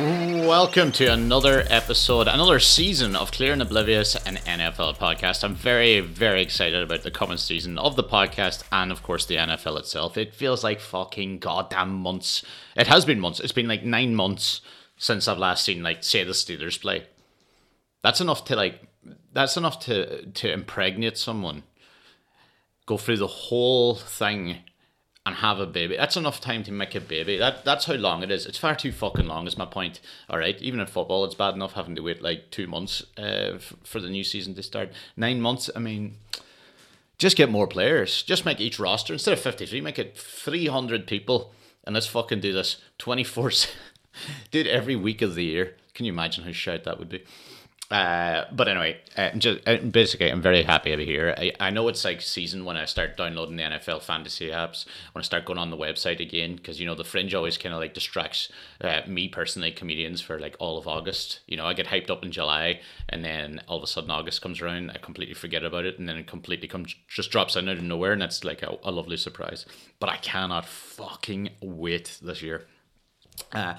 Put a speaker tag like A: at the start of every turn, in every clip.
A: welcome to another episode, another season of Clear and Oblivious, an NFL podcast. I'm very, very excited about the coming season of the podcast and, of course, the NFL itself. It feels like fucking goddamn months. It has been months. It's been like nine months since I've last seen, like, say, the Steelers play. That's enough to, like, that's enough to to impregnate someone. Go through the whole thing and have a baby. That's enough time to make a baby. That that's how long it is. It's far too fucking long. Is my point. All right. Even in football, it's bad enough having to wait like two months uh, f- for the new season to start. Nine months. I mean, just get more players. Just make each roster instead of fifty three, make it three hundred people, and let's fucking do this twenty four. do it every week of the year. Can you imagine how shout that would be? Uh, but anyway, uh, just uh, basically, I'm very happy to be here. I, I know it's like season when I start downloading the NFL fantasy apps, when I start going on the website again, because you know the fringe always kind of like distracts uh, me personally, comedians for like all of August. You know, I get hyped up in July, and then all of a sudden August comes around, I completely forget about it, and then it completely comes just drops out of nowhere, and it's like a, a lovely surprise. But I cannot fucking wait this year. Uh,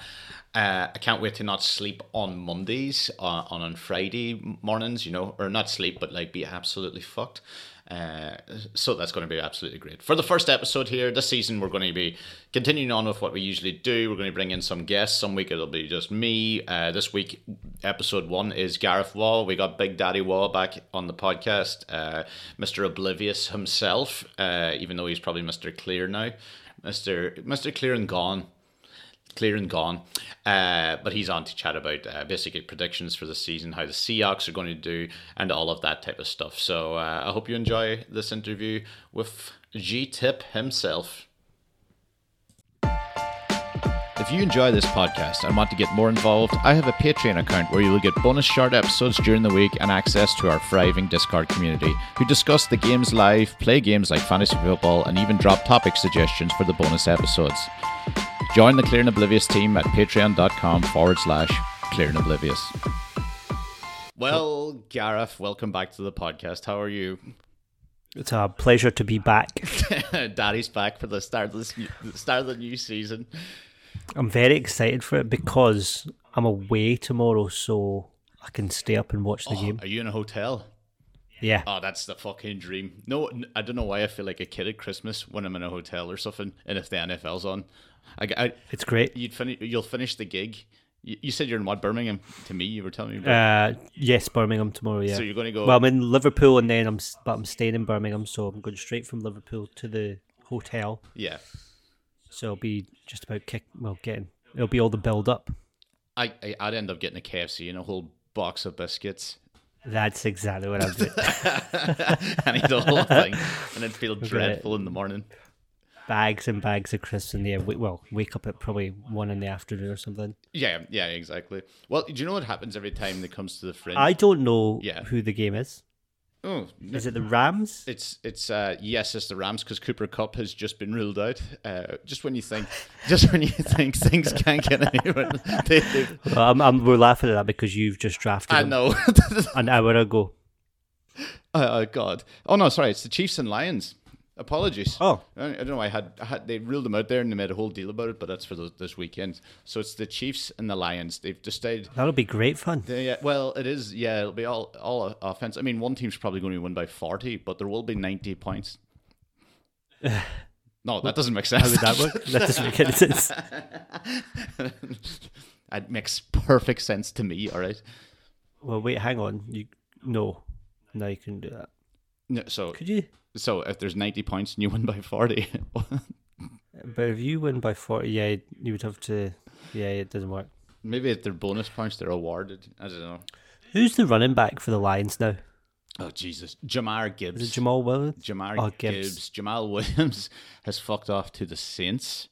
A: uh, I can't wait to not sleep on Mondays on, on on Friday mornings, you know, or not sleep, but like be absolutely fucked. Uh, so that's going to be absolutely great. For the first episode here this season, we're going to be continuing on with what we usually do. We're going to bring in some guests. Some week it'll be just me. Uh, this week, episode one is Gareth Wall. We got Big Daddy Wall back on the podcast. Uh, Mr. Oblivious himself, uh, even though he's probably Mr. Clear now. Mr. Mr. Clear and gone clear and gone. Uh, but he's on to chat about uh, basically predictions for the season, how the Seahawks are going to do, and all of that type of stuff. So uh, I hope you enjoy this interview with G Tip himself. If you enjoy this podcast and want to get more involved, I have a Patreon account where you will get bonus short episodes during the week and access to our thriving Discord community, who discuss the games live, play games like fantasy football, and even drop topic suggestions for the bonus episodes. Join the Clear and Oblivious team at patreon.com forward slash clear and oblivious. Well, Gareth, welcome back to the podcast. How are you?
B: It's a pleasure to be back.
A: Daddy's back for the start of this the start of the new season.
B: I'm very excited for it because I'm away tomorrow, so I can stay up and watch the game.
A: Are you in a hotel?
B: Yeah,
A: Oh, that's the fucking dream. No, n- I don't know why I feel like a kid at Christmas when I'm in a hotel or something, and if the NFL's on, I, g- I-
B: it's great.
A: you'd finish, you'll finish the gig. You, you said you're in what Birmingham? To me, you were telling me. about.
B: Uh, yes, Birmingham tomorrow. Yeah.
A: so you're going to go.
B: well, I'm in Liverpool, and then I'm s- but I'm staying in Birmingham, so I'm going straight from Liverpool to the hotel.
A: yeah,
B: So I'll be just about kick. Well, getting it'll be all the build up.
A: I, I I'd end up getting a KFC and a whole box of biscuits.
B: That's exactly what I'm doing.
A: and eat the whole thing, and then feel dreadful in the morning.
B: bags and bags of crisps in the air. Well, wake up at probably one in the afternoon or something.
A: Yeah, yeah, exactly. Well, do you know what happens every time it comes to the fringe?
B: I don't know
A: Yeah.
B: who the game is.
A: oh, no.
B: Is it the Rams?
A: It's it's uh yes, it's the Rams because Cooper Cup has just been ruled out. Uh, just when you think, just when you think things can't get anyone, they, they,
B: Well, I'm, I'm, we're laughing at that because you've just drafted
A: I
B: him
A: know.
B: an hour ago.
A: oh, oh, God! Oh no, sorry, it's the Chiefs and Lions. Apologies.
B: Oh.
A: I I don't know. I had, I had they ruled them out there and they made a whole deal about it, but that's for the, this weekend. So it's the Chiefs and the Lions. They've decided
B: That'll be great fun.
A: Yeah, well, it is. Yeah, it'll be all all offense. I mean, one team's probably going to win by forty, but there will be ninety points. no, that doesn't make sense.
B: How would that work? that doesn't make any sense.
A: that makes perfect sense to me. All right.
B: Well, wait, hang on. You no, no, you couldn't do that.
A: No, so
B: Could you?
A: so if there's ninety points and you win by forty,
B: But if you win by forty, yeah, you would have to. Yeah, it doesn't work.
A: maybe if they're bonus points, they're awarded. I don't know.
B: Who's the running back for the Lions now?
A: Oh Jesus, Jamar Gibbs.
B: Is it Jamal Williams?
A: Jamar
B: Oh,
A: Gibbs.
B: Gibbs.
A: Jamal Williams has fucked off to the Saints.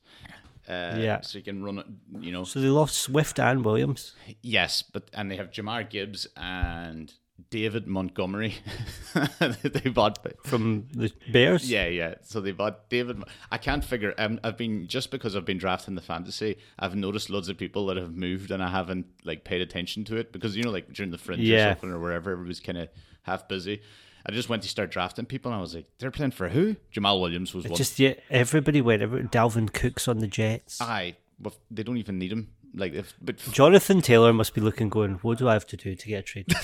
A: Uh,
B: Yeah.
A: So you can run, you know.
B: So they lost Swift and Williams.
A: Yes, but and they have Jamar Gibbs and David Montgomery. they bought.
B: from the Bears.
A: Yeah, yeah. So they bought David. Mon- I can't figure. Um, I've been just because I've been drafting the fantasy. I've noticed loads of people that have moved, and I haven't like paid attention to it because you know, like during the fringe or
B: Yeah.
A: something or wherever, everybody's kind of half busy. I just went to start drafting people, and I was like, "They're playing for who?" Jamal Williams was one.
B: Just yeah, everybody went. Every, Dalvin Cook's on the Jets.
A: Aye, but they don't even need him. Like if but
B: Jonathan Taylor must be looking, going, what do I have to do to get traded?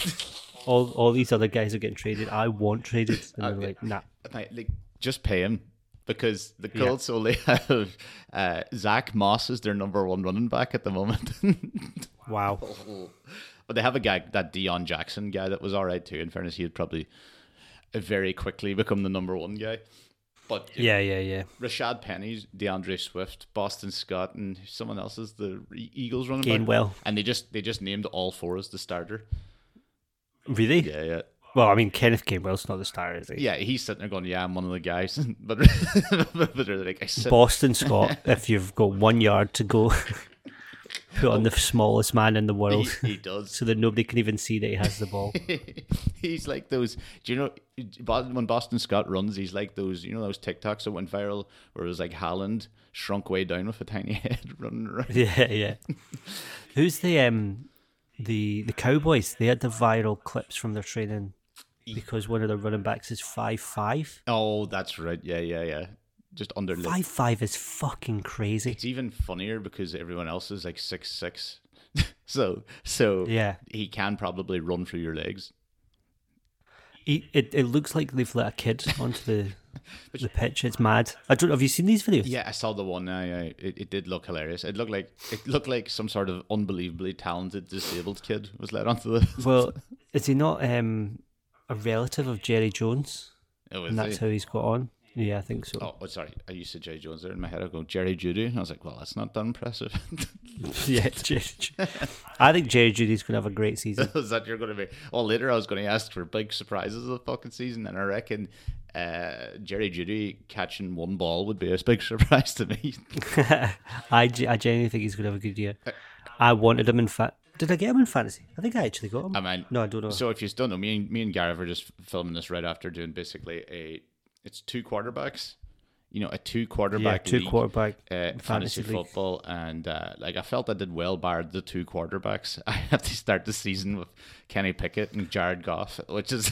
B: all all these other guys are getting traded. I want traded, and they're like, nah.
A: like, like, just pay him because the Colts only have uh, Zach Moss is their number one running back at the moment.
B: Wow.
A: but they have a guy that Dion Jackson guy that was all right too. In fairness, he'd probably very quickly become the number one guy. But
B: Yeah, yeah, yeah.
A: Rashad Penny, DeAndre Swift, Boston Scott, and someone else is the E- Eagles running back.
B: Gainwell.
A: and they just they just named all four as the starter.
B: Really?
A: Yeah, yeah.
B: Well, I mean, Kenneth Gainwell's not the star, is he?
A: Yeah, he's sitting there going, "Yeah, I'm one of the guys," but but they're like, "I said,
B: Boston Scott, if you've got one yard to go, put on the smallest man in the
A: he,
B: world
A: he does."
B: so that nobody can even see that he has the ball.
A: he's like those. Do you know Bo- when Boston Scott runs? He's like those. You know those TikToks that went viral where it was like Haaland shrunk way down with a tiny head running around.
B: yeah, yeah. Who's the um the the Cowboys? They had the viral clips from their training because one of their running backs is five five.
A: Oh, that's right. Yeah, yeah, yeah. Just under lip.
B: Five five is fucking crazy.
A: It's even funnier because everyone else is like six six. so so
B: Yeah.
A: he can probably run through your legs.
B: It, it, it looks like they've let a kid onto the the pitch. It's mad. I don't. Have you seen these videos?
A: Yeah, I saw the one. I, I it, it did look hilarious. It looked like it looked like some sort of unbelievably talented disabled kid was let onto the.
B: Well, is he not um a relative of Jerry Jones?
A: Oh,
B: And that's
A: is he?
B: how he's got on. Yeah, I think so.
A: oh, oh, sorry. I used to Jerry Jones there in my head. I go Jerry Judy, and I was like, well, that's not that impressive.
B: yeah, Jerry, Ju- I think Jerry Judy's gonna have a great season.
A: is that you're going to be? Well, later I was going to ask for big surprises of the fucking season, and I reckon uh, Jerry Judy catching one ball would be a big surprise to me.
B: I, ge- I genuinely think he's gonna have a good year. I wanted him in fact. Did I get him in fantasy? I think I actually got him.
A: I mean,
B: no, I don't know.
A: So if you don't know, me and me and Gareth are just filming this right after doing basically a it's two quarterbacks, you know, a two
B: yeah,
A: quarterback
B: two
A: league,
B: quarterback.
A: uh,
B: fantasy
A: fantasy
B: league.
A: football, and uh, like I felt I did well bar the two quarterbacks. I have to start the season with Kenny Pickett and Jared Goff, which is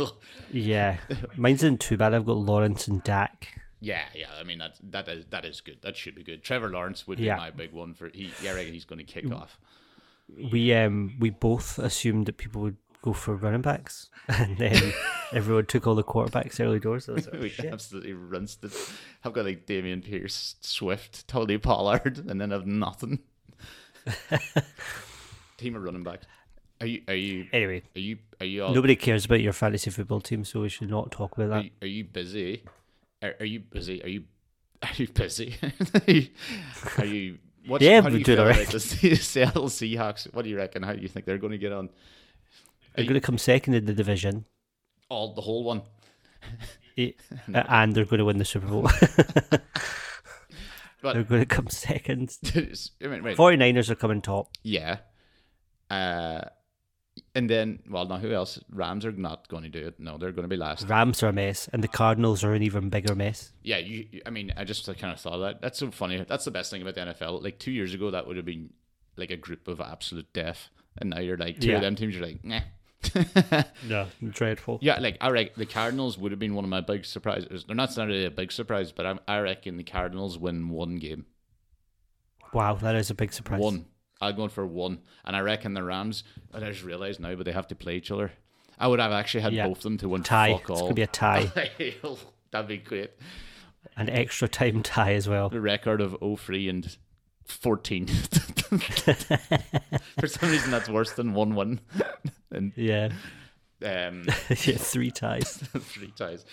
B: Yeah, mine's not too bad. I've got Lawrence and Dak.
A: yeah, yeah. I mean that that is that is good. That should be good. Trevor Lawrence would be
B: Yeah.
A: my big one for he. Yeah, I reckon he's going to kick off.
B: We um we both assumed that people would go for running backs, and then everyone took all the quarterbacks early doors. So I was like,
A: We absolutely rinsed it. I've got like Damian Pierce, Swift, Tony Pollard, and then I've nothing. Team of running backs. Are you are you
B: anyway,
A: are you are you all,
B: nobody cares about your fantasy football team, so we should not talk about
A: are
B: that.
A: you, are you busy? Are, are you busy? Are you are you busy? are you, are you what's,
B: Yeah,
A: how do
B: we're
A: you
B: doing
A: feel
B: all
A: about
B: right.
A: the Seattle Seahawks? What do you reckon? How do you think they're going to get on?
B: They're going to come second in the division,
A: All the whole one.
B: eh, and they're going to win the Super Bowl.
A: But-
B: they're going to come second.
A: I mean, right.
B: 49ers are coming top.
A: Yeah. Uh, and then, well, now who else? Rams are not going to do it. No, they're going to be last.
B: Rams are a mess, and the Cardinals are an even bigger mess.
A: Yeah, you. you- I mean, I just kind of thought of that. That's so funny. That's the best thing about the NFL. Like two years ago, that would have been like a group of absolute death, and now you're like two
B: Yeah.
A: of them teams. You're like, nah.
B: No, dreadful.
A: yeah, like I reckon the Cardinals would have been one of my big surprises. They're not it's not really a big surprise, but I, I reckon the Cardinals win one game.
B: Wow, that is a big surprise.
A: One. I'm going for one. And I reckon the Rams, and I just realised now, but they have to play each other. I would have actually had
B: Yeah.
A: both of them to win
B: Tie.
A: fuck
B: it's
A: all.
B: going to be a tie,
A: That'd be great.
B: an extra time tie as well.
A: The record of 03 and 14. for some reason, that's worse than one win. and
B: Yeah,
A: um,
B: yeah, three ties.
A: three ties.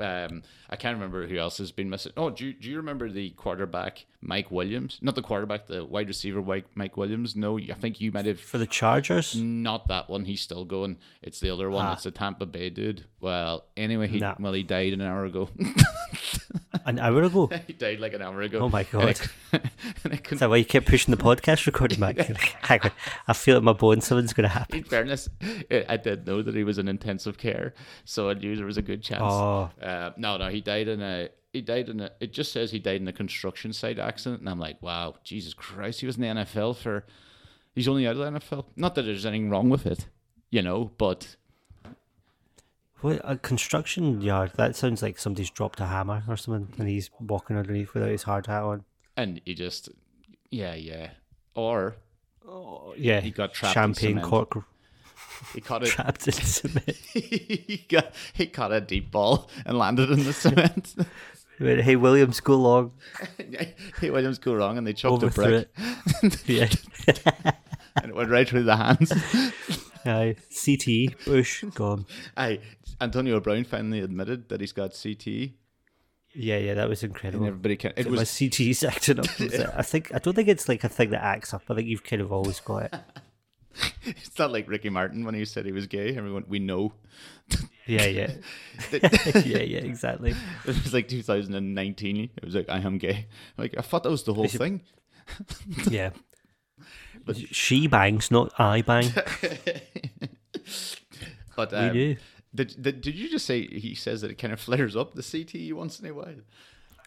A: Um, I can't remember who else has been missing. Oh, do you, do you remember the quarterback Mike Williams? Not the quarterback, the wide receiver Mike Mike Williams. No, I think you might have
B: For the Chargers,
A: Not that one. He's still going. It's the other
B: Ah.
A: one. It's the Tampa Bay dude. Well, anyway, he
B: Nah.
A: well he died an hour ago.
B: an hour ago.
A: he died like an hour ago.
B: Oh my
A: And
B: God.
A: I, and I couldn't.
B: Is that why you kept pushing the podcast recording back? Hang on, I feel it in my bones, something's going to happen.
A: In fairness, eh, I I did know that he was in intensive care, so I knew there was a good chance.
B: Oh.
A: Uh, no, no, he died in a. He died in a. It just says he died in a construction site accident, and I'm like, wow, Jesus Christ, he was in the NFL for. He's only out of the NFL. Not that there's anything wrong with it, you know, but
B: What a construction yard? That sounds like somebody's dropped a hammer or something, and he's walking underneath without his hard hat on.
A: and he just yeah yeah or
B: Oh, yeah.
A: He got trapped in
B: Champagne
A: cement.
B: cork
A: he caught a
B: trapped in cement.
A: he got he caught a deep ball and landed in the cement.
B: Went, hey, Williams, go long.
A: he Williams go wrong and they chucked a
B: Overthrew
A: brick
B: Yeah.
A: and it went right through the hands.
B: Aye. CT, Bush, gone.
A: Aye, Antonio Brown finally admitted that he's got CTE,
B: Yeah, yeah, that was
A: and
B: incredible.
A: everybody can. It
B: My
A: was
B: CT's acting up. I think I don't think it's like a thing that acts up. I think you've kind of always got it.
A: it's not like Ricky Martin when he said he was gay. Everyone we know.
B: Yeah, yeah,
A: it
B: yeah, yeah. Exactly.
A: was like 2019. It was like I am gay. Like I thought that was the whole thing.
B: Yeah. she bangs, not I bang.
A: But
B: We
A: um,
B: do.
A: Did, did did you just say he says that it kind of flares up the CTE once in a while?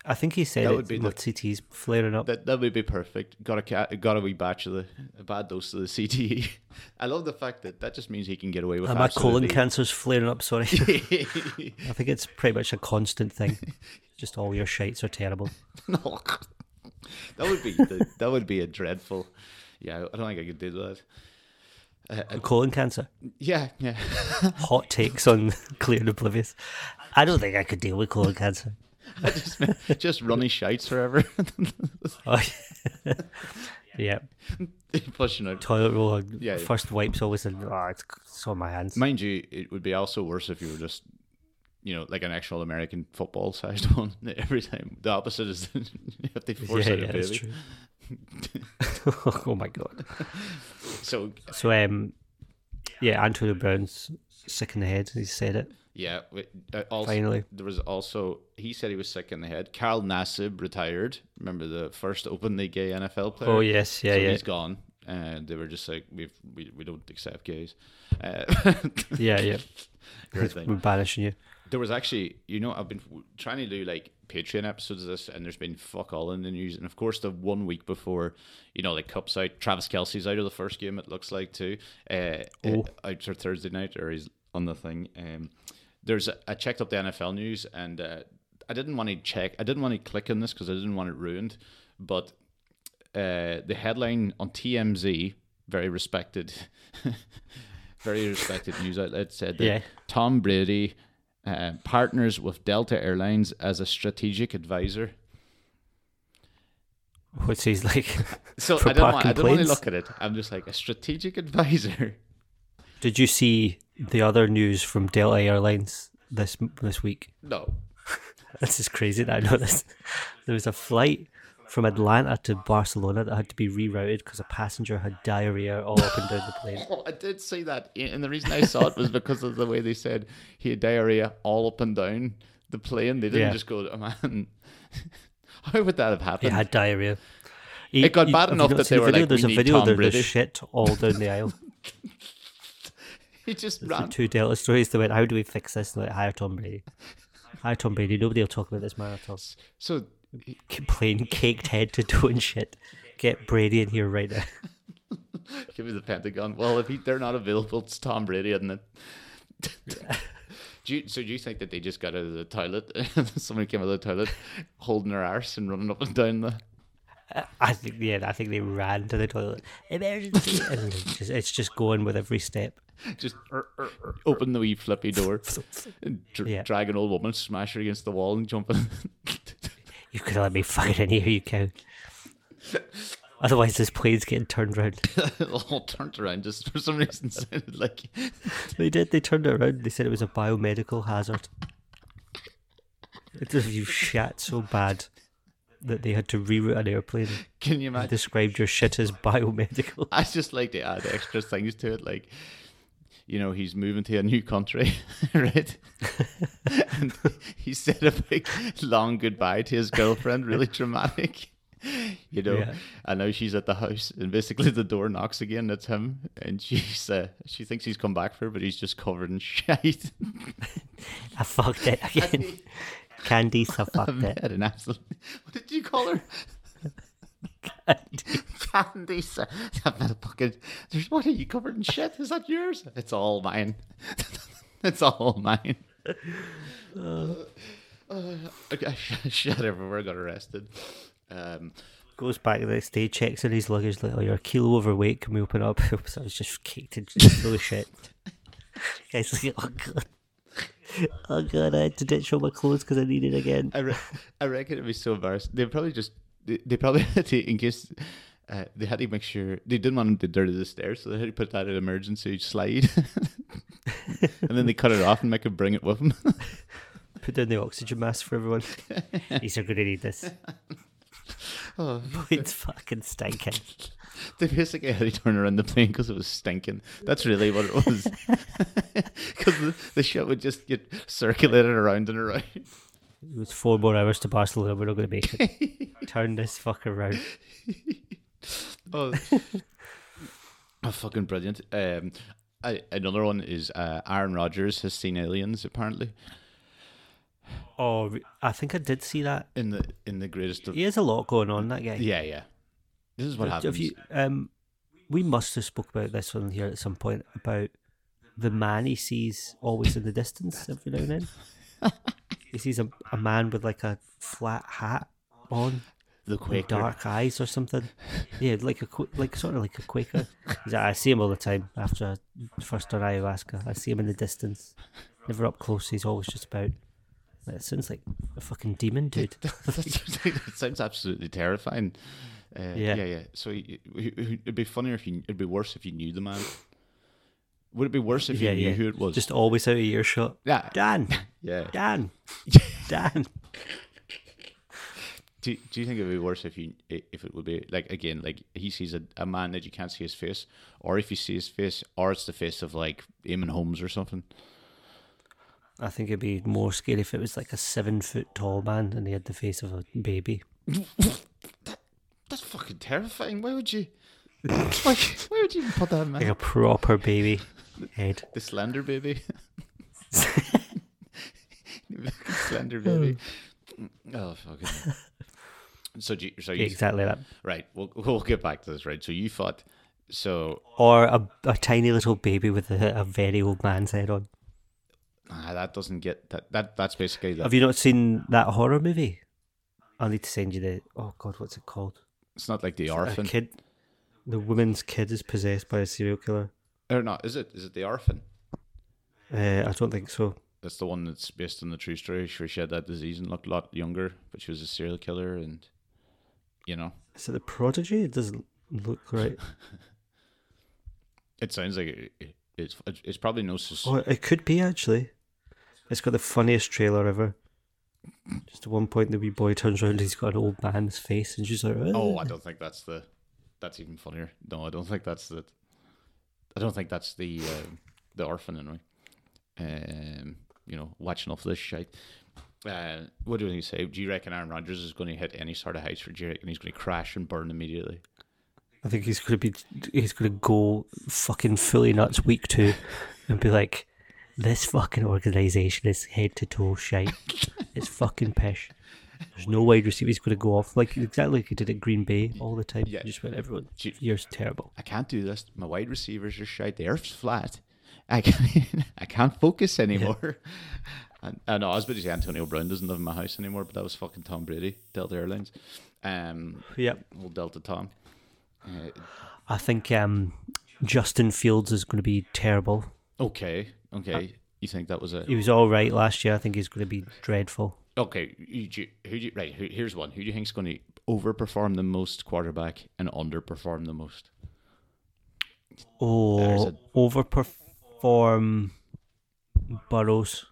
B: I think he said
A: That
B: that
A: would
B: would
A: be
B: my CT's flaring up.
A: That that would be perfect. Got a cat, got a wee batch of the a bad dose of the CTE. I love the fact that that just means he can get away with.
B: Uh, my colon
A: absolutely-
B: cancer's flaring up. Sorry. I think it's pretty much a constant thing. Just all your shites are terrible.
A: no, that would be the, that would be a dreadful. Yeah, I don't think I could do that.
B: colon cancer.
A: Yeah, yeah.
B: Hot takes on clear and oblivious. I don't think I could deal with colon cancer.
A: I just just runny shites forever,
B: Oh, yeah.
A: pushing out.
B: Toilet roll. on-
A: Yeah.
B: First wipe's always in. Oh, it's, it's on my hands.
A: Mind you, it would be also worse if you were just, you know, like an actual American football sized one every time. The opposite is if they
B: yeah,
A: force
B: yeah,
A: out a
B: it's
A: baby.
B: true. oh my god.
A: So
B: So um, yeah, Antonio Brown's sick in the head. He said it.
A: yeah, we- uh, also
B: Finally.
A: there was also he said he was sick in the head. Carl Nassib retired. Remember the first openly gay NFL player?
B: Oh yes, yeah,
A: Uh, So
B: yeah,
A: he's gone. And they were just like, We've, we we don't accept gays. Uh,
B: yeah, yeah.
A: here's the thing.
B: We're banishing you.
A: There was actually, you know, I've been w- trying to do like Patreon episodes of this, and there's been fuck all in the news. And of course, the one week before, you know, like Cup's out, Travis Kelsey's out of the first game, it looks like, too. Uh,
B: Oh.
A: uh, Out for Thursday night, or he's on the thing. Um, there's, I checked up the NFL news, and uh, I didn't want to check, I didn't want to click on this because I didn't want it ruined. But uh, the headline on TMZ, very respected, very respected news outlet, said that
B: Yeah.
A: Tom Brady uh, partners with Delta Airlines as a strategic advisor.
B: Which he's like.
A: So
B: For
A: I don't want, I
B: parking
A: don't want to
B: planes?
A: look at it. I'm just like a strategic advisor.
B: Did you see the other news from Delta Airlines this this week?
A: No,
B: This is crazy that I know this. There was a flight from Atlanta to Barcelona that had to be rerouted because a passenger had diarrhea all up and down the plane.
A: oh, I did see that, and the reason I saw it was because of the way they said he had diarrhea all up and down the plane. They didn't
B: Yeah.
A: just go, oh, man. How would that have
B: It
A: happened?
B: had diarrhea.
A: It got bad
B: have you
A: enough
B: not
A: that they
B: seen the
A: were
B: video?
A: like, "We
B: "There's a
A: need
B: video.
A: Tom
B: There, there's
A: Brady."
B: shit all down the aisle."
A: He just
B: The
A: ran.
B: two Delta stories. They went, "How do we fix this?" And Like, hire Tom Brady. Hire Tom Brady. Nobody will talk about this man at all.
A: So
B: Plain caked head to toe and shit. Get Brady in here right now.
A: Give me the Pentagon. Well, if he, they're not available, it's Tom Brady, isn't it? do you, so do you think that they just got out of the toilet? Someone came out of the toilet holding their arse and running up and down the.
B: I think yeah, I think they ran to the toilet. Emergency! and it's just, it's just going with every step.
A: Just open the wee flippy door, and dr-
B: Yeah.
A: drag an old woman, smash her against the wall, and jump in.
B: You could let me fight in here, you cow. Otherwise, this plane's getting turned round.
A: all turned around just for some reason. Sounded like
B: They did. They turned it around. They said it was a biomedical hazard. It was you shat so bad that they had to reroute an airplane.
A: can you imagine?
B: Described your shit as biomedical.
A: I just like to add extra things to it, like you know, he's moving to a new country, right? and he said a big long goodbye to his girlfriend, really dramatic. You know,
B: Yeah.
A: I know she's at the house, and basically the door knocks again. That's him, and she's uh, she thinks he's come back for her, but he's just covered in shite.
B: I fucked it again. Candice, I fucked it.
A: Had an absolute. What did you call her? Candy, sir. I've got a bucket. There's what are you covered in shit? Is that yours? It's all mine. it's all mine. Uh, okay, shit everywhere. Got arrested. Um,
B: goes back the next day, checks in his luggage, like, oh, you're a kilo overweight. Can we open up? so I was just caked in full shit. Guys, like, oh god, oh god, I had to ditch all my clothes because I need it again.
A: I, re- I reckon it'd be so embarrassing. They probably just they, they probably had to in case uh, they had to make sure they didn't want him to dirty the stairs, so they had to put that in emergency slide, and then they cut it off and make him bring it with him.
B: Put down the oxygen mask for everyone. These are going to need this.
A: oh,
B: It's fucking stinking.
A: they basically had to turn around the plane because it was stinking. That's really what it was, because the, the shit would just get circulated around and around.
B: It was four more hours to Barcelona. We're not going to make it. Turn this fucker around.
A: Oh, oh fucking brilliant. Um, I, another one is uh, Aaron Rodgers has seen aliens apparently
B: Oh, re- I think I did see that.
A: in the in the greatest of
B: He has a lot going on. That guy.
A: yeah yeah. This is what
B: Have
A: happens.
B: you- um, we must have spoke about this one here at some point about the man he sees always in the distance every now and then. he sees a, a man with like a flat hat on,
A: the
B: with
A: Quaker.
B: dark eyes or something. Yeah, like a Qua- like sort of like a Quaker. He's like, I see him all the time after I first on ayahuasca. I see him in the distance, never up close. He's always just about. That sounds like a fucking demon, dude.
A: that sounds absolutely terrifying. Uh, yeah.
B: Yeah.
A: yeah, So y- y- it'd be funnier if you. It'd be worse if you knew the man. Would it be worse if you
B: Yeah,
A: knew
B: yeah.
A: who it was?
B: Just always out of earshot.
A: yeah,
B: Dan,
A: yeah.
B: Dan, Dan.
A: Do, do you think it would be worse if you if it would be like again like he sees a, a man that you can't see his face, or if you see his face, or it's the face of like Eamon Holmes or something?
B: I think it'd be more scary if it was like a seven foot tall man and he had the face of a baby.
A: That's fucking terrifying. Why would you? like, why would you even put that in?
B: Like
A: Man?
B: a proper baby head.
A: The slender baby. slender baby. Oh fucking. So do you, so you,
B: Yeah, exactly that.
A: right? We'll we'll get back to this, right? So you thought so.
B: Or a, a tiny little baby with a, a very old man's head on.
A: ah, that doesn't get that that that's basically that.
B: Have you not seen that horror movie? I'll need to send you the. Oh, God, what's it called?
A: It's not like the
B: A
A: orphan.
B: kid. The woman's kid is possessed by a serial killer.
A: Or not? Is it? Is it the orphan?
B: Uh, I don't think so.
A: That's the one that's based on the true story. She she had that disease and looked a lot younger, but she was a serial killer, and you know,
B: Is it The Prodigy? It doesn't look right.
A: it sounds like it, it, it's it's probably no. Sus-
B: Oh, it could be actually. It's got the funniest trailer ever. Just at one point, the wee boy turns around and he's got an old man's face, and she's like,
A: Oh,
B: "Oh,
A: I don't think that's the. That's even funnier. No, I don't think that's the. I don't think that's the um, the orphan anyway. Um, you know, watching off this shit. Uh, what do you say? Do you reckon Aaron Rodgers is going to hit any sort of heights for Jerry, and he's going to crash and burn immediately?
B: I think he's gonna be, he's gonna go fucking fully nuts week two, and be like, this fucking organization is head to toe shite. It's fucking pish. There's no wide receiver. He's gonna go off like exactly like he did at Green Bay all the time.
A: Yeah.
B: Just went everyone.
A: Do you-
B: Year's terrible.
A: I can't do this. My wide receivers are shite. The earth's flat. I can't, I can't focus anymore. And, and I was about to say Antonio Brown doesn't live in my house anymore, but that was fucking Tom Brady, Delta Airlines. Um,
B: Yep.
A: old Delta Tom. Uh,
B: I think um, Justin Fields is gonna be terrible.
A: okay,
B: Uh,
A: okay. you think that was a
B: He was all right last year. I think he's going to be dreadful.
A: okay? You, do you- who do you, right? Who, here's one. Who do you think's going to overperform the most quarterback and underperform the most? There's
B: Oh,
A: a-
B: overperform Burrows.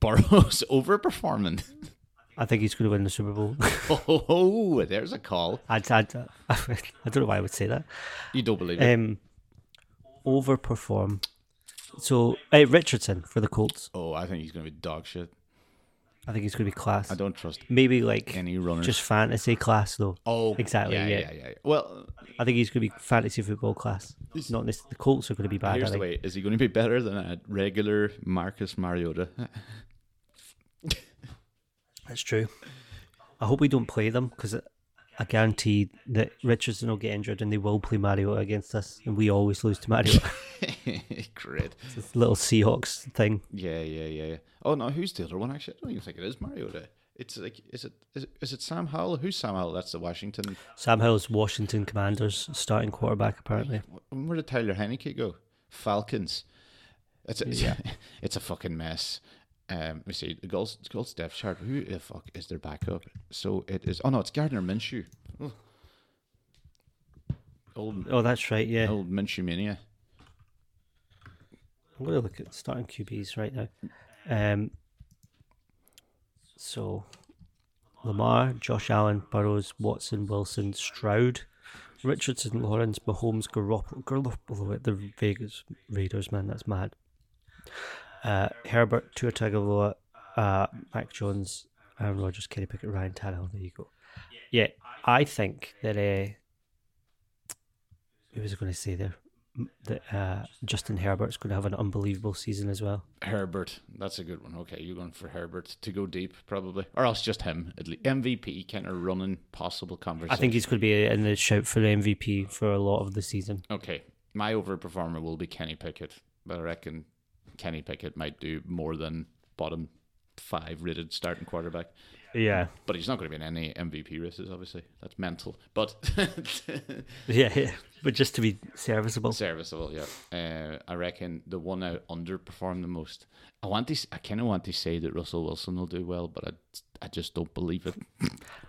A: Burrow's overperforming.
B: I think he's going to win the Super Bowl.
A: oh, there's a call.
B: I'd, I'd, I don't know why I would say that.
A: You don't believe it?
B: Um, overperform. So eh, Richardson for the Colts.
A: Oh, I think he's going to be dog shit.
B: I think he's going to be class.
A: I don't trust
B: Maybe like
A: any runners.
B: just fantasy class though.
A: oh,
B: exactly,
A: Yeah,
B: yeah.
A: yeah, yeah. Well,
B: I think he's going to be fantasy football class. Not this. The Colts are going to be bad. I
A: here's the
B: think.
A: way: is he going to be better than a regular Marcus Mariota?
B: That's true. I hope we don't play them because I guarantee that Richardson will get injured and they will play Mariota against us, and we always lose to Mariota.
A: Great.
B: Little Seahawks thing.
A: Yeah, yeah, yeah, yeah. Oh no, who's the other one? Actually, I don't even think it is Mariota. It's like is it is, it- is it Sam Howell? Who's Sam Howell? That's the Washington.
B: Sam Hill's Washington Commanders starting quarterback, apparently.
A: Where did Tyler Heineke go? Falcons. It's a, it's a fucking mess. Um, let me see the goals goals depth chart. Who the fuck is their backup? So it is. Oh no, it's Gardner Minshew. Ugh. Old
B: Oh, that's right. Yeah,
A: old Minshew mania.
B: I'm going to look at starting QBs right now. Um, so Lamar, Josh Allen, Burrows, Watson, Wilson, Stroud, Richardson, Lawrence, Mahomes, Garoppolo, Garoppolo the Vegas Raiders. Man, that's mad. Uh, Herbert, Tua Tagovailoa, uh, Mac Jones, Aaron Rodgers, Kenny Pickett, Ryan Tannehill. There you go. Yeah, I think that. Uh, who was I going to say there? m- that uh, Justin Herbert's going to have an unbelievable season as well.
A: Herbert, that's a good one. Okay, you're going for Herbert to go deep, probably, or else just him at least. MVP kind of running possible conversation.
B: I think he's going to be in the shout for the MVP for a lot of the season.
A: Okay, my overperformer will be Kenny Pickett, but I reckon Kenny Pickett might do more than bottom five rated starting quarterback.
B: Yeah,
A: But he's not going to be in any MVP races, obviously. That's mental, but
B: yeah, yeah. but just to be serviceable.
A: serviceable. Yeah, uh, I reckon the one I underperformed the most. I want to. s- I kind of want to say that Russell Wilson will do well, but I, I just don't believe it.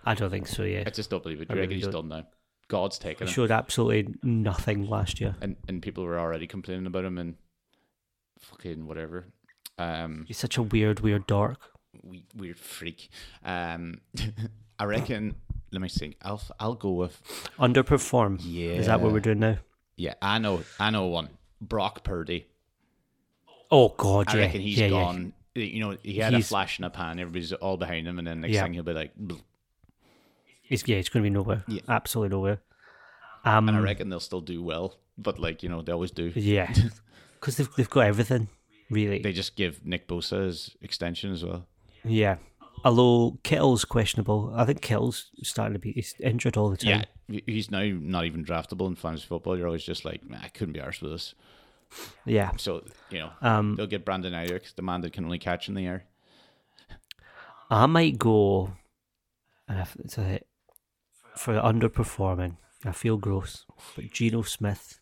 B: I don't think so. Yeah,
A: I just don't believe it. Do
B: I
A: you reckon
B: really
A: he's
B: don't.
A: done now? God's taken
B: he
A: him.
B: showed absolutely nothing last year.
A: And and people were already complaining about him and fucking whatever. Um
B: He's such a weird, weird dork.
A: we, weird freak. Um I reckon let me think. I'll I'll go with
B: Underperform. is that what
A: Yeah.
B: we're doing now?
A: yeah, I know I know one. Brock Purdy.
B: Oh God,
A: I
B: yeah,
A: reckon he's
B: yeah, yeah.
A: gone. You know, he had a
B: He's-
A: flash in a pan, everybody's all behind him and then next
B: Yeah.
A: thing he'll be like "Bleh."
B: He's yeah, he's going to be nowhere.
A: Yeah.
B: Absolutely nowhere. Um,
A: and I reckon they'll still do well. But like, you know, they always do.
B: yeah, because they've they've got everything really.
A: They just give Nick Bosa his extension as well.
B: Yeah. Although Kittle's questionable. I think Kittle's starting to be he's injured all the time.
A: Yeah, he- he's now not even draftable in fantasy football. You're always just like, "Nah, I couldn't be arsed with this.
B: Yeah.
A: So you know,
B: Um,
A: they'll get Brandon Ayuk, the man that can only catch in the air.
B: I might go and if it's a hit for underperforming. I feel gross. But Geno Smith.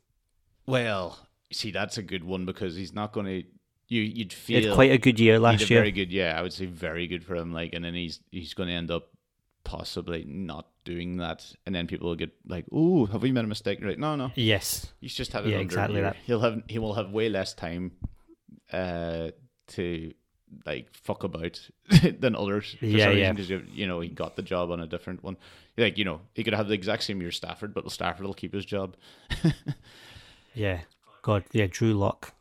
A: Well, see, that's a good one because he's not going to. You you'd
B: He
A: feel
B: had quite a good year
A: he'd a
B: last year.
A: very good. Yeah, I would say very good for him. Like, and then he's he's going to end up possibly not doing that, and then people will get like, "Oh, have we made a mistake?" Right? No, no,
B: Yes.
A: he's just had an
B: Yeah,
A: under
B: exactly
A: year.
B: that.
A: He'll have he will have way less time, uh, to like fuck about than others. For
B: Yeah,
A: some
B: yeah.
A: Because you, you know he got the job on a different one. Like you know he could have the exact same year as Stafford, but Stafford will keep his job.
B: Yeah. God, yeah, Drew Lock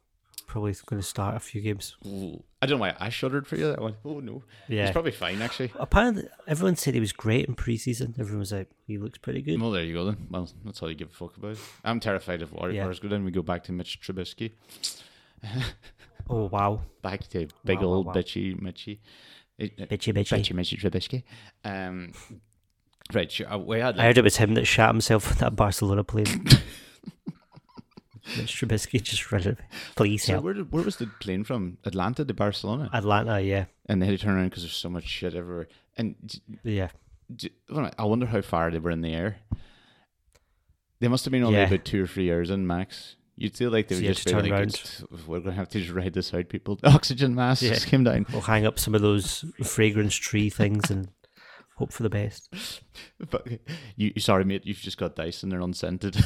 B: probably gonna start a few games.
A: Ooh. I don't know why I shuddered for you that one. Oh no, he's
B: Yeah.
A: probably fine actually.
B: Apparently everyone said he was great in preseason. Everyone was like, he looks pretty good.
A: Well, there you go then. Well, that's all you give a fuck about. I'm terrified of Warriors.
B: Yeah.
A: go Then we go back to Mitch Trubisky,
B: Oh wow.
A: back to big
B: Wow, wow,
A: old
B: wow.
A: bitchy Mitchy. It- it-
B: Bitchy bitchy.
A: Bitchy Mitchy Trubisky. Um, right, sure. uh, We had
B: I heard it was him that shot himself on that Barcelona plane. Mitch Trubisky just read it. Please
A: So
B: help.
A: where, did, where was the plane from? Atlanta to Barcelona,
B: Atlanta, yeah.
A: and they had to turn around because there's so much shit everywhere. And d-
B: Yeah.
A: d- well, I wonder how far they were in the air. They must have been only
B: Yeah.
A: about two or three hours in max. You'd feel like they
B: So
A: would
B: you had
A: just
B: to
A: be
B: turn
A: like,
B: around.
A: "It's- "We're going to have to just ride this out, people." The oxygen mask
B: Yeah.
A: just came down.
B: We'll hang up some of those fragrance tree things and hope for the best.
A: But you, you- sorry, mate, you've just got dice and they're unscented.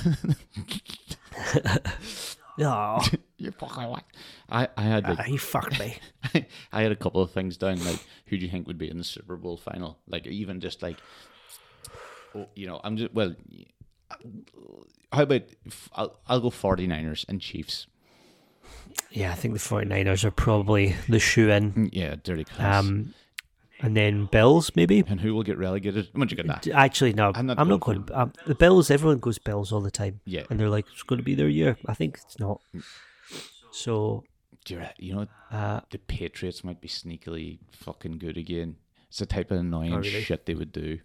B: Oh,
A: You're fucking what? I, I had like,
B: he fucked me.
A: I had a couple of things down, like who do you think would be in the Super Bowl final? Like even just like, oh, you know, I'm just well. How about f- I'll, I'll go 49ers and Chiefs.
B: Yeah, I think the 49ers are probably the shoe in.
A: Mm, Yeah, dirty class.
B: Um, and then Bills, maybe?
A: and who will get relegated? Once you get that,
B: D- Actually, no.
A: I'm
B: I'm
A: not
B: not,
A: going
B: going. Um, the Bills, everyone goes Bills all the time.
A: Yeah. Mm.
B: And they're like, it's going to be their year. I think it's not. So,
A: do you, re- you know
B: uh,
A: the Patriots might be sneakily fucking good again. It's the type of annoying
B: Oh, really?
A: shit they would do.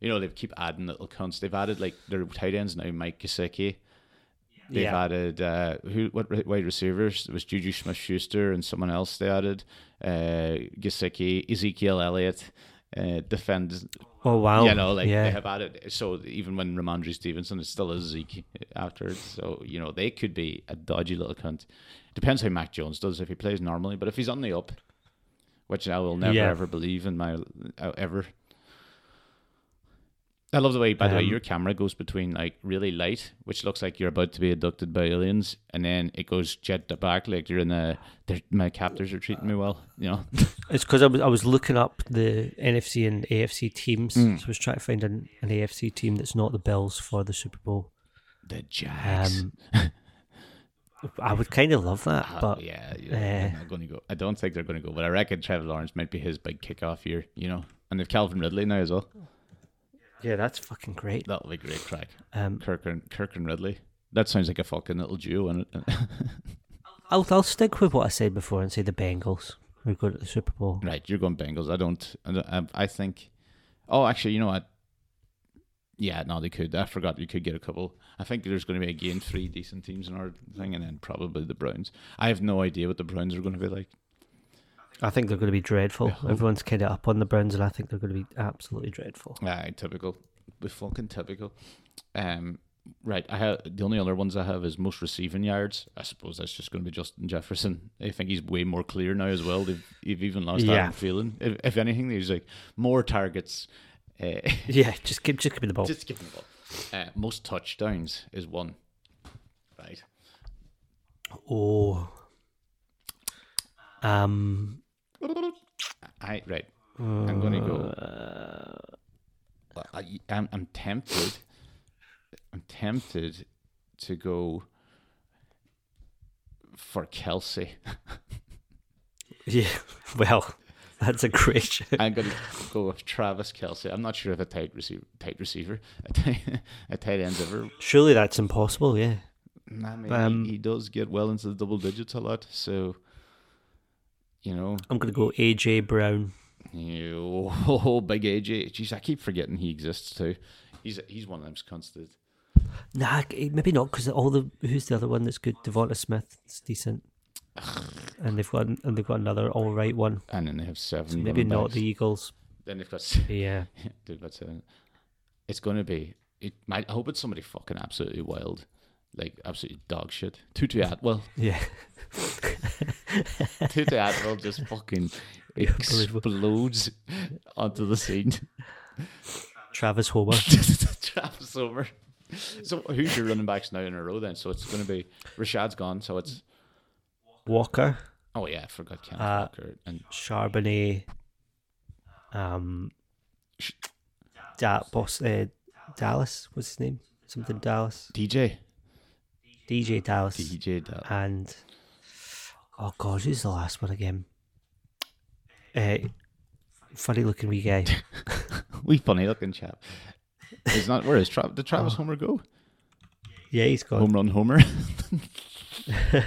A: You know, they keep adding little cunts. They've added like their tight ends now, Mike Gesicki. They've
B: Yeah.
A: added uh, who what re- wide receivers? It was Juju Smith Schuster and someone else they added. Uh, Gesicki, Ezekiel Elliott. Uh, defend,
B: Oh wow!
A: you know, like
B: yeah,
A: they have added. So even when Ramondre Stevenson is still a Zeke after, so you know they could be a dodgy little cunt. Depends how Mac Jones does if he plays normally, but if he's on the up, which I will never
B: Yeah.
A: ever believe in my uh, ever. I love the way, by the way,
B: Um,
A: your camera goes between like really light, which looks like you're about to be abducted by aliens, and then it goes jet to back, like you're in a. they're- My captors are treating me well, you know.
B: it's because I was I was looking up the NFC and AFC teams. So I was trying to find an, an AFC team that's not the Bills for the Super Bowl.
A: the Jags.
B: Um, I would kind of love that,
A: Uh,
B: but
A: yeah, yeah, they're not going to go. I don't think they're going to go, but I reckon Trevor Lawrence might be his big kickoff year, you know. And they've Calvin Ridley now as well.
B: yeah, that's fucking great.
A: That'll be great crack.
B: Um,
A: Kirk and Kirk and Ridley. That sounds like a fucking little duo, and
B: I'll I'll stick with what I said before and say the Bengals who go to the Super Bowl.
A: right, you're going Bengals. I don't. I, don't- I- I think. Oh, actually, you know what? Yeah, no, they could. I forgot you could get a couple. I think there's going to be again three decent teams in our thing, and then probably the Browns. I have no idea what the Browns are going to be like.
B: I think they're going to be dreadful.
A: Uh-huh.
B: Everyone's kind of up on the Browns, and I think they're going to be absolutely dreadful.
A: Aye, typical. We're fucking typical. Um, right. I have the only other ones I have is most receiving yards. I suppose that's just going to be Justin Jefferson. I think he's way more clear now as well. They've, they've even lost
B: Yeah.
A: Adam Phelan. If, if anything, he's like more targets. Uh,
B: Yeah, just give just give me the ball.
A: just give him the ball. Uh, most touchdowns is one. Right.
B: oh, um,
A: I right. I'm gonna go. Well, I, I'm, I'm tempted. I'm tempted to go for Kelsey.
B: yeah. Well, that's a great. shout.
A: I'm gonna go with Travis Kelsey. I'm not sure if a tight receiver, tight receiver, a tight, a tight end ever.
B: Surely that's impossible. Yeah.
A: I mean,
B: Um,
A: he, he does get well into the double digits a lot, so you know.
B: I'm gonna go AJ Brown.
A: You, oh, big AJ. Jeez, I keep forgetting he exists too. He's he's one of them cunts that
B: Nah, eh, maybe not because all the who's the other one that's good? Devonta Smith. It's decent. And they've got and they've got another all right one.
A: And then they have seven.
B: Maybe
A: running
B: not
A: backs.
B: the Eagles.
A: Then they've got. s-
B: Yeah.
A: they've got seven. It's gonna be. It might. I hope it's somebody fucking absolutely wild, like absolutely dog shit. Tutu Atwell.
B: Yeah.
A: Tutu Atwell just fucking explodes onto the scene.
B: Travis Homer.
A: Travis over. So who's your running backs now in a row then? So it's gonna be Rashad's gone. So it's.
B: Walker.
A: Oh yeah, I forgot Kenneth
B: Uh,
A: Walker and
B: Charbonnet, um, da- boss, uh, Dallas, what's his name? Something Dallas,
A: DJ.
B: DJ Dallas,
A: DJ. Dal-
B: and oh god, who's the last one again? Uh, funny looking wee guy.
A: We funny looking chap. He's not. Where is Tra- did
B: Oh.
A: Travis Homer go?
B: Yeah, he's got
A: Home run homer.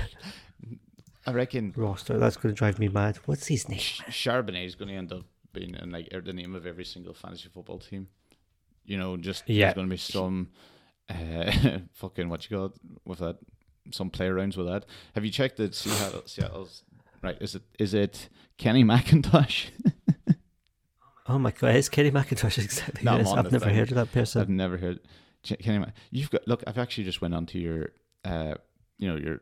A: I reckon
B: roster. That's going to drive me mad. What's his name?
A: Charbonnet is going to end up being in like er, the name of every single fantasy football team. You know, just
B: Yeah.
A: there's going to be some uh, fucking what you got with that. Some play arounds with that. Have you checked that Seattle, Seattle's right? Is it is it Kenny McIntosh?
B: Oh my god, it's Kenny McIntosh exactly.
A: No, I'm
B: Yes,
A: on
B: I've
A: the
B: never
A: thing.
B: heard of that
A: I've
B: person.
A: never heard. Ch- Kenny, Ma- you've got look. I've actually just went onto your, uh, you know your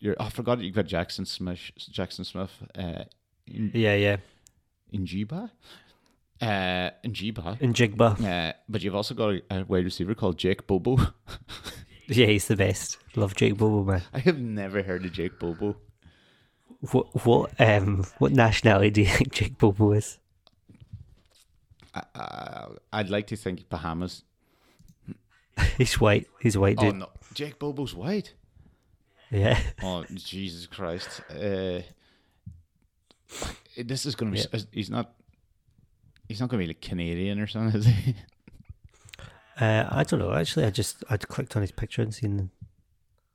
A: your. oh, I forgot you've got Jackson Smith. Jackson Smith. Uh, in
B: Yeah, yeah,
A: Njiba. Uh, Njiba.
B: and Jigba.
A: Uh, but you've also got a, a wide receiver called Jake Bobo.
B: Yeah, he's the best. Love Jake Bobo man.
A: I have never heard of Jake Bobo.
B: What what um what nationality do you think Jake Bobo is?
A: Uh, I'd like to think Bahamas.
B: He's white. He's a white
A: Oh
B: dude.
A: no, Jake Bobo's white.
B: Yeah.
A: Oh Jesus Christ! Uh, this is going to be. s He's not. He's not going to be like Canadian or something, is he?
B: Uh, I don't know. Actually, I just I clicked on his picture and seen.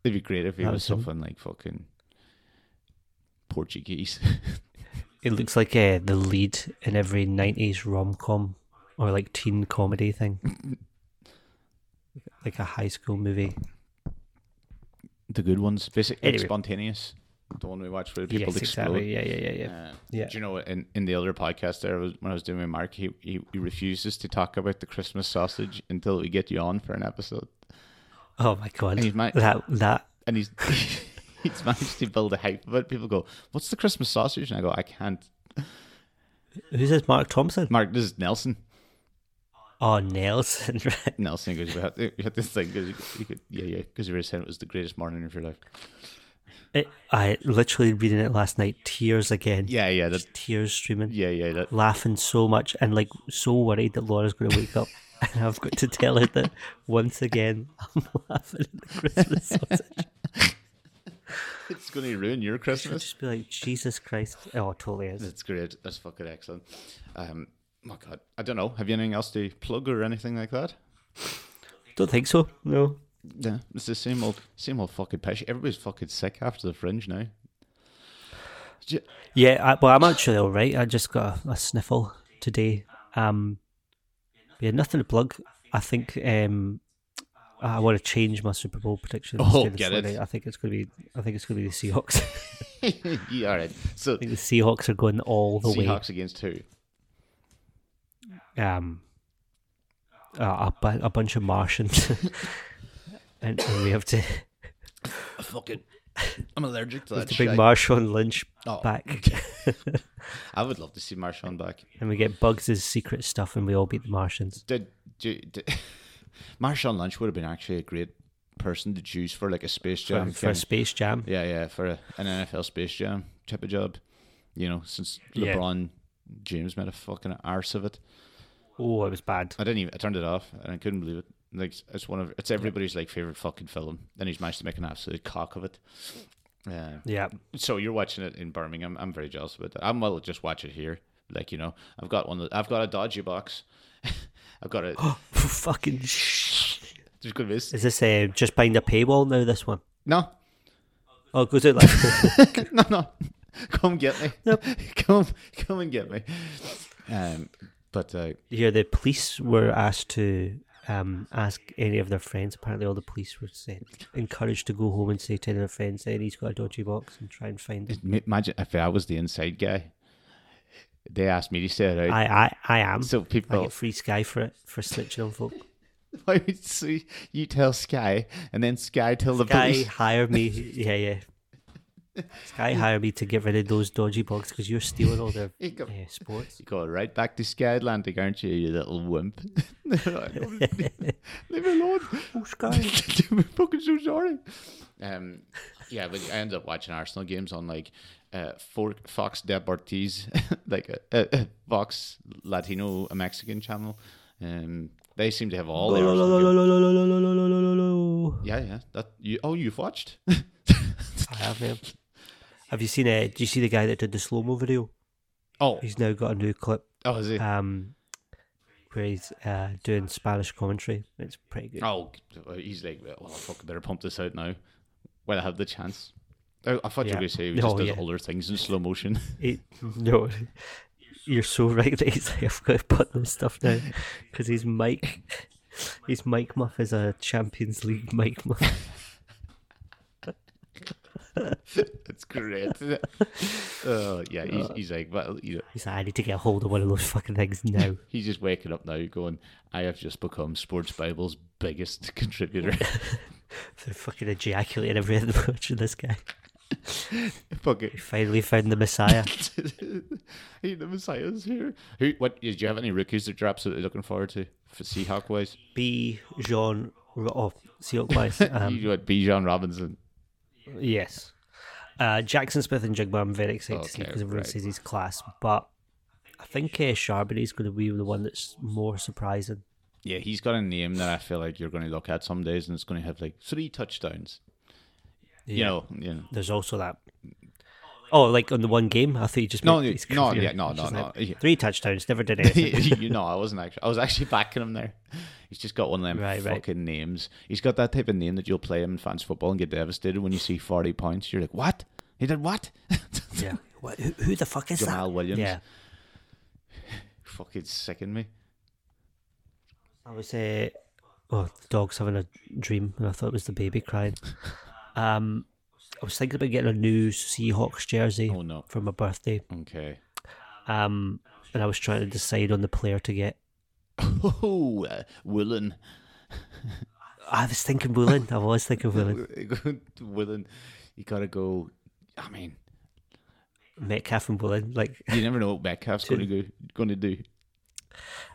A: It'd be great if he
B: That
A: was
B: was him.
A: something like fucking Portuguese.
B: It looks like uh, the lead in every '90s rom com or like teen comedy thing, like a high school movie.
A: the good ones, basically
B: Anyway.
A: spontaneous. The one we watched where people
B: yes,
A: explode.
B: exactly. Yeah, yeah, yeah, yeah.
A: Uh,
B: Yeah.
A: Do you know in, in the other podcast there was when I was doing my mark, he, he he refuses to talk about the Christmas sausage until we get you on for an episode,
B: oh my god,
A: and he's ma-
B: that that
A: and he's he's managed to build a hype about. it. People go, "What's the Christmas sausage?" And I go, "I can't."
B: who's this? Mark Thompson?
A: Mark, this is Nelson.
B: Oh, Nelson. right.
A: Nelson goes, "We had, we had this thing because you could, yeah, yeah, because you were saying it was the greatest morning of your life."
B: It, I literally reading it last night, tears again,
A: Yeah, yeah, that,
B: tears streaming,
A: yeah, yeah, that.
B: laughing so much, and like so worried that Laura's going to wake up, and I've got to tell her that once again I'm laughing at the Christmas sausage.
A: It's going to ruin your
B: She'll
A: Christmas.
B: just be like, Jesus Christ! Oh, it totally is.
A: That's great. That's fucking excellent. Um, my God, I don't know. Have you anything else to plug or anything like that?
B: Don't think so. No.
A: Yeah, it's the same old, same old fucking pitch. Everybody's fucking sick after the fringe now. J-
B: Yeah, I, well, I'm actually all right. I just got a, a sniffle today. Um, yeah, nothing to plug. I think um, I want to change my Super Bowl prediction.
A: Oh,
B: It's
A: get
B: gonna-
A: it.
B: I think it's going to be. I think it's going to be the Seahawks. I
A: yeah, all right. So
B: think the Seahawks are going all the
A: Seahawks against who?
B: way. Um, a, a, bu- a bunch of Martians, and, and we have to
A: I fucking, I'm allergic to
B: have
A: that
B: to bring
A: shit.
B: Marshawn Lynch
A: Oh.
B: back,
A: I would love to see Marshawn back.
B: and we get Bugs' secret stuff, and we all beat the Martians.
A: Did, did, did Marshawn Lynch would have been actually a great person to choose for like a Space Jam
B: for a
A: thing.
B: Space Jam.
A: Yeah, yeah, for a, an NFL Space Jam type of job. You know, since
B: Yeah.
A: LeBron James made a fucking arse of it.
B: Oh, it was bad.
A: I didn't even. I turned it off, and I couldn't believe it. Like it's one of it's everybody's like favorite fucking film, and he's managed to make an absolute cock of it. Yeah.
B: Yeah.
A: So you're watching it in Birmingham. I'm very jealous about that. I'm well just watch it here. Like you know, I've got one. that- I've got a dodgy box. I've got a.
B: Fucking sh-
A: There's gonna be this.
B: Is this uh, just behind a paywall now? This one?
A: No,
B: Oh, it goes out like
A: no, no. Come get me. come, come and get me. Um, but uh,
B: yeah. The police were asked to um, ask any of their friends. Apparently, all the police were said, encouraged to go home and say to their friends, "Hey, he's got a dodgy box and try and find it."
A: ma- imagine if I was the inside guy. They asked me to stay out.
B: I, I, I am.
A: so
B: I
A: people,
B: get free sky for it for snitching on folk.
A: Why would see you tell Sky and then Sky tell the
B: Sky
A: police?
B: hire me. Yeah, yeah. Sky hire me to get rid of those dodgy boxes because you're stealing all their
A: You go,
B: uh, sports.
A: you go right back to Sky Atlantic, aren't you, you little wimp? "Oh, Leave me alone.
B: Oh, Sky.
A: I'm fucking so sorry. Um, yeah, but I ended up watching Arsenal games on like uh, for, Fox Deportes, like a, a, a Fox Latino a Mexican channel. Um, they seem to have all the Arsenal games. Yeah, yeah. That you. Oh, you've watched.
B: I have now. Have you seen it? Do you see the guy that did the slow mo video?
A: oh,
B: He's now got a new clip
A: oh, is it?
B: um, where he's uh, doing Spanish commentary. It's pretty good.
A: Oh, he's like, well, I fucking better pump this out now when I have the chance. Oh, I, I thought you
B: Yeah.
A: were going to say he
B: No,
A: just does
B: yeah.
A: older things in slow motion.
B: He- no, you're so right that he's like, I've got to put this stuff down because his mic, his mic muff is a Champions League mic muff.
A: That's great. Oh yeah, he's,
B: Uh.
A: he's like, well, you know,
B: He's like, I need to get hold of one of those fucking things now.
A: he's just waking up now, going, I have just become Sports Bible's biggest contributor.
B: They're fucking ejaculating everything watching this guy.
A: Fuck it.
B: Finally found the Messiah.
A: Hey, the Messiah's here. Who? What? Do you have any rookies that you're absolutely looking forward to for Seahawk wise?
B: B. Jean. Oh, Seahawk wise. Um,
A: you got Bijan Robinson.
B: yes. Uh, Jackson Smith and Jigba, I'm very excited to see
A: Okay,
B: because everyone
A: right.
B: says he's class. But I think uh, Charbonnet is going to be the one that's more surprising.
A: Yeah, he's got a name that I feel like you're going to look at some days, and it's going to have like three touchdowns. You
B: Yeah.
A: know, you know.
B: There's also that. Oh, like on the one game? I thought you just
A: No,
B: meant
A: no,
B: he's
A: no,
B: confident.
A: yeah, no,
B: It's
A: no,
B: just
A: no.
B: like, Three touchdowns, never did anything.
A: you know, I wasn't actually. I was actually backing him there. He's just got one of them
B: Right, right.
A: fucking names. He's got that type of name that you'll play him in fancy football and get devastated when you see forty points. You're like, what? He did what?
B: yeah. What, who, who the fuck is
A: Jamal
B: that?
A: Williams.
B: Yeah.
A: Fucking sickened me.
B: I was uh, oh, the dog's having a dream, and I thought it was the baby crying. Um, I was thinking about getting a new Seahawks jersey
A: Oh no.
B: for my birthday,
A: Okay.
B: um, and I was trying to decide on the player to get.
A: Oh, uh, Woolen.
B: I was thinking Woolen. I was thinking Woolen.
A: Woolen. You gotta go. I mean,
B: Metcalf and Woolen. Like
A: you never know what Metcalf's going to go, going to do.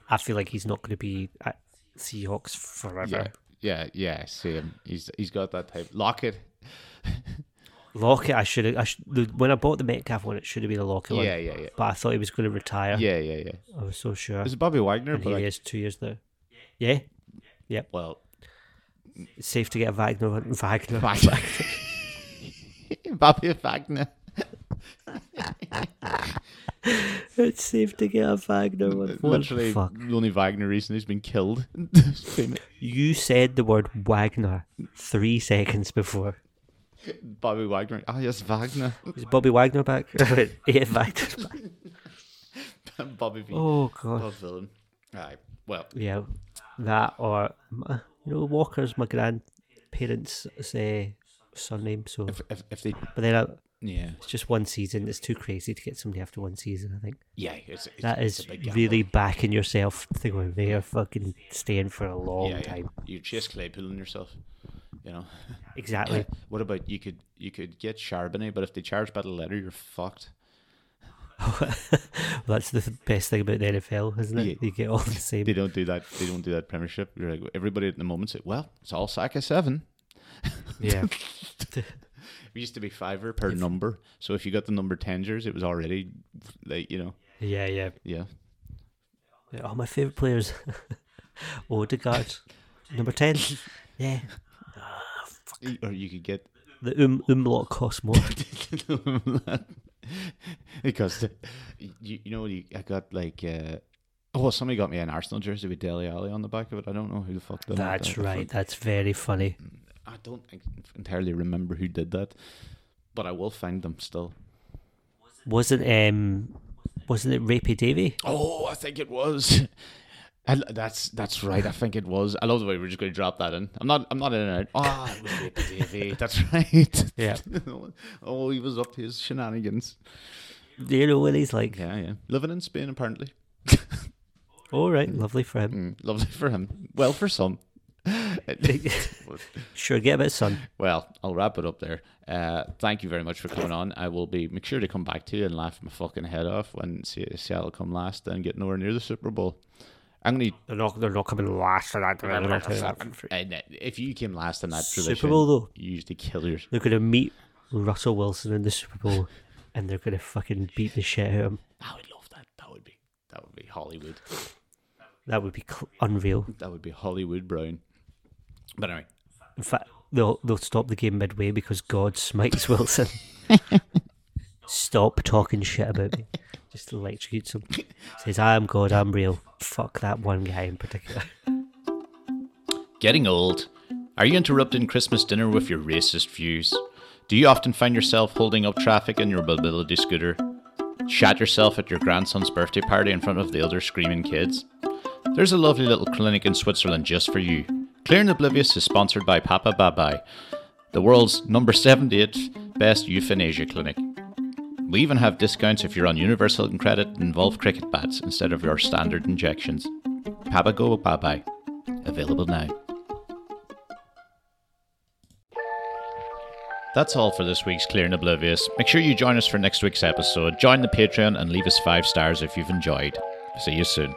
B: I feel like he's not going to be at Seahawks forever.
A: Yeah, yeah, yeah. Same. He's he's got that type. Lockett.
B: Lockett, I should have. I should, the- when I bought the Metcalf one, it should have been a Lockett
A: Yeah,
B: one.
A: yeah, yeah,
B: But I thought he was going to retire.
A: yeah, yeah, yeah.
B: I was so sure.
A: This is Bobby Wagner,
B: And
A: but
B: here he
A: like,
B: is two years now. Yeah,
A: well,
B: it's safe to get a Wagner. one- Wagner.
A: Wagner. Bobby Wagner.
B: it's safe to get a Wagner one. What the
A: Literally,
B: fuck?
A: the only Wagner recently has been killed.
B: You said the word Wagner three seconds before.
A: Bobby Wagner. Ah, yes, Wagner.
B: Is Bobby Wagner back? yeah, Wagner's back.
A: Bobby V.
B: Oh god.
A: Oh, villain. Aye. Well,
B: Yeah, that or my- you know Walker's my grandparents' say surname. So,
A: if, if, if they,
B: but then I,
A: yeah,
B: it's just one season. It's too crazy to get somebody after one season. I think
A: yeah, it's, it's
B: that
A: it's
B: is
A: a big gamble.
B: really backing yourself to go. They are fucking staying for a long
A: yeah, yeah.
B: time.
A: You chase Claypool and yourself, you know.
B: Exactly.
A: What about you could you could get Charbonnet, but if they charge by the letter, you're fucked.
B: That's the best thing about the NFL, isn't it?
A: Yeah.
B: You get all the same.
A: They don't do that. They don't do that Premiership. You're like everybody at the moment say, well, it's all sack of seven.
B: Yeah.
A: It used to be fiver per number. So if you got the number tangers, it was already like you know,
B: Yeah, yeah.
A: yeah.
B: Yeah, Oh, my favourite players. Odegaard. Number 10. Yeah.
A: Or you could get
B: The um, umlaut costs more.
A: because the- you, you know you, I got like uh, oh somebody got me an Arsenal jersey with Deli Alley on the back of it. I don't know who the fuck did that.
B: That's right. That's very funny.
A: I don't en- entirely remember who did that, but I will find them still.
B: Wasn't um, wasn't it Rapey Davy?
A: Oh, I think it was. I, l- that's that's right. I think it was. I love the way we're just going to drop that in. I'm not. I'm not in and out. Ah, it was Rapey Davey. That's right.
B: Yeah.
A: oh, he was up to his shenanigans.
B: You know what he's like.
A: Yeah, yeah. Living in Spain apparently.
B: All right, lovely for him.
A: Mm, lovely for him. Well, for some.
B: Sure, get a bit of sun.
A: well, I'll wrap it up there. Uh, thank you very much for coming on. I will be make sure to come back to you and laugh my fucking head off when Se- Seattle come last and get nowhere near the Super Bowl. I'm gonna.
B: They're not, they're not coming last for that.
A: And if you came last in that
B: Super
A: tradition,
B: Bowl, though.
A: you used to kill yours.
B: They're going to meet Russell Wilson in the Super Bowl and they're going to fucking beat the shit out of him.
A: I would love that. That would be. That would be Hollywood.
B: That would be cl- unreal.
A: That would be Hollywood Brown. But anyway,
B: In fact, they'll they'll stop the game midway because God smites Wilson. stop talking shit about me. Just electrocutes him. Says, "I am God. I'm real." Fuck that one guy in particular.
A: Getting old. Are you interrupting Christmas dinner with your racist views? Do you often find yourself holding up traffic in your mobility scooter? Shat yourself at your grandson's birthday party in front of the other screaming kids? There's a lovely little clinic in Switzerland just for you. Clear and Oblivious is sponsored by Papa Babai, the world's number 78th best euthanasia clinic. We even have discounts if you're on universal and credit and involve cricket bats instead of your standard injections. Papa Go Babai. Available now. That's all for this week's Clear and Oblivious. Make sure you join us for next week's episode. Join the Patreon and leave us five stars if you've enjoyed. See you soon.